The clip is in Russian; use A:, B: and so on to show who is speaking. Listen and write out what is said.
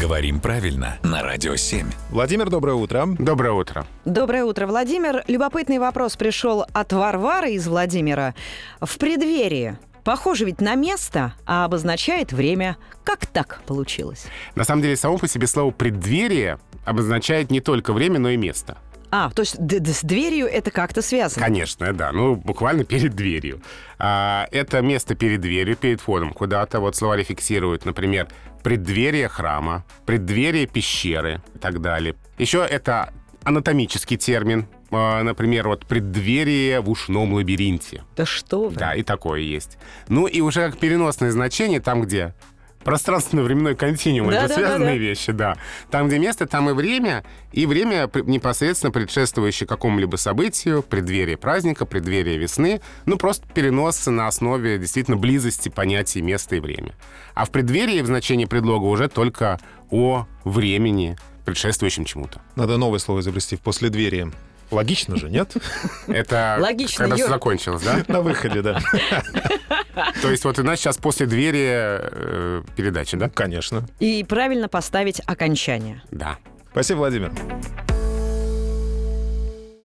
A: Говорим правильно на Радио 7.
B: Владимир, доброе утро.
C: Доброе утро.
D: Доброе утро, Владимир. Любопытный вопрос пришел от Варвары из Владимира. В преддверии. Похоже ведь на место, а обозначает время. Как так получилось?
C: На самом деле, само по себе слово «преддверие» обозначает не только время, но и место.
D: А, то есть д- д- с дверью это как-то связано?
C: Конечно, да. Ну, буквально перед дверью. А, это место перед дверью, перед входом куда-то. Вот словари фиксируют, например, преддверие храма, преддверие пещеры и так далее. Еще это анатомический термин. А, Например, вот преддверие в ушном лабиринте.
D: Да что вы.
C: Да, и такое есть. Ну и уже как переносное значение там, где пространственно-временной континуум,
D: Да,
C: это
D: да, да,
C: связанные
D: да.
C: вещи, да. Там, где место, там и время, и время пр- непосредственно предшествующее какому-либо событию, преддверие праздника, преддверие весны, ну просто переносится на основе действительно близости понятий места и время. А в преддверии в значении предлога уже только о времени, предшествующем чему-то.
B: Надо новое слово изобрести в «последверии». Логично же, нет?
C: Это
D: Логично,
C: когда все
D: Юр.
C: закончилось, да?
B: На выходе, да.
C: То есть вот у нас сейчас после двери э, передачи, да?
B: Конечно.
D: И правильно поставить окончание.
C: Да.
B: Спасибо, Владимир.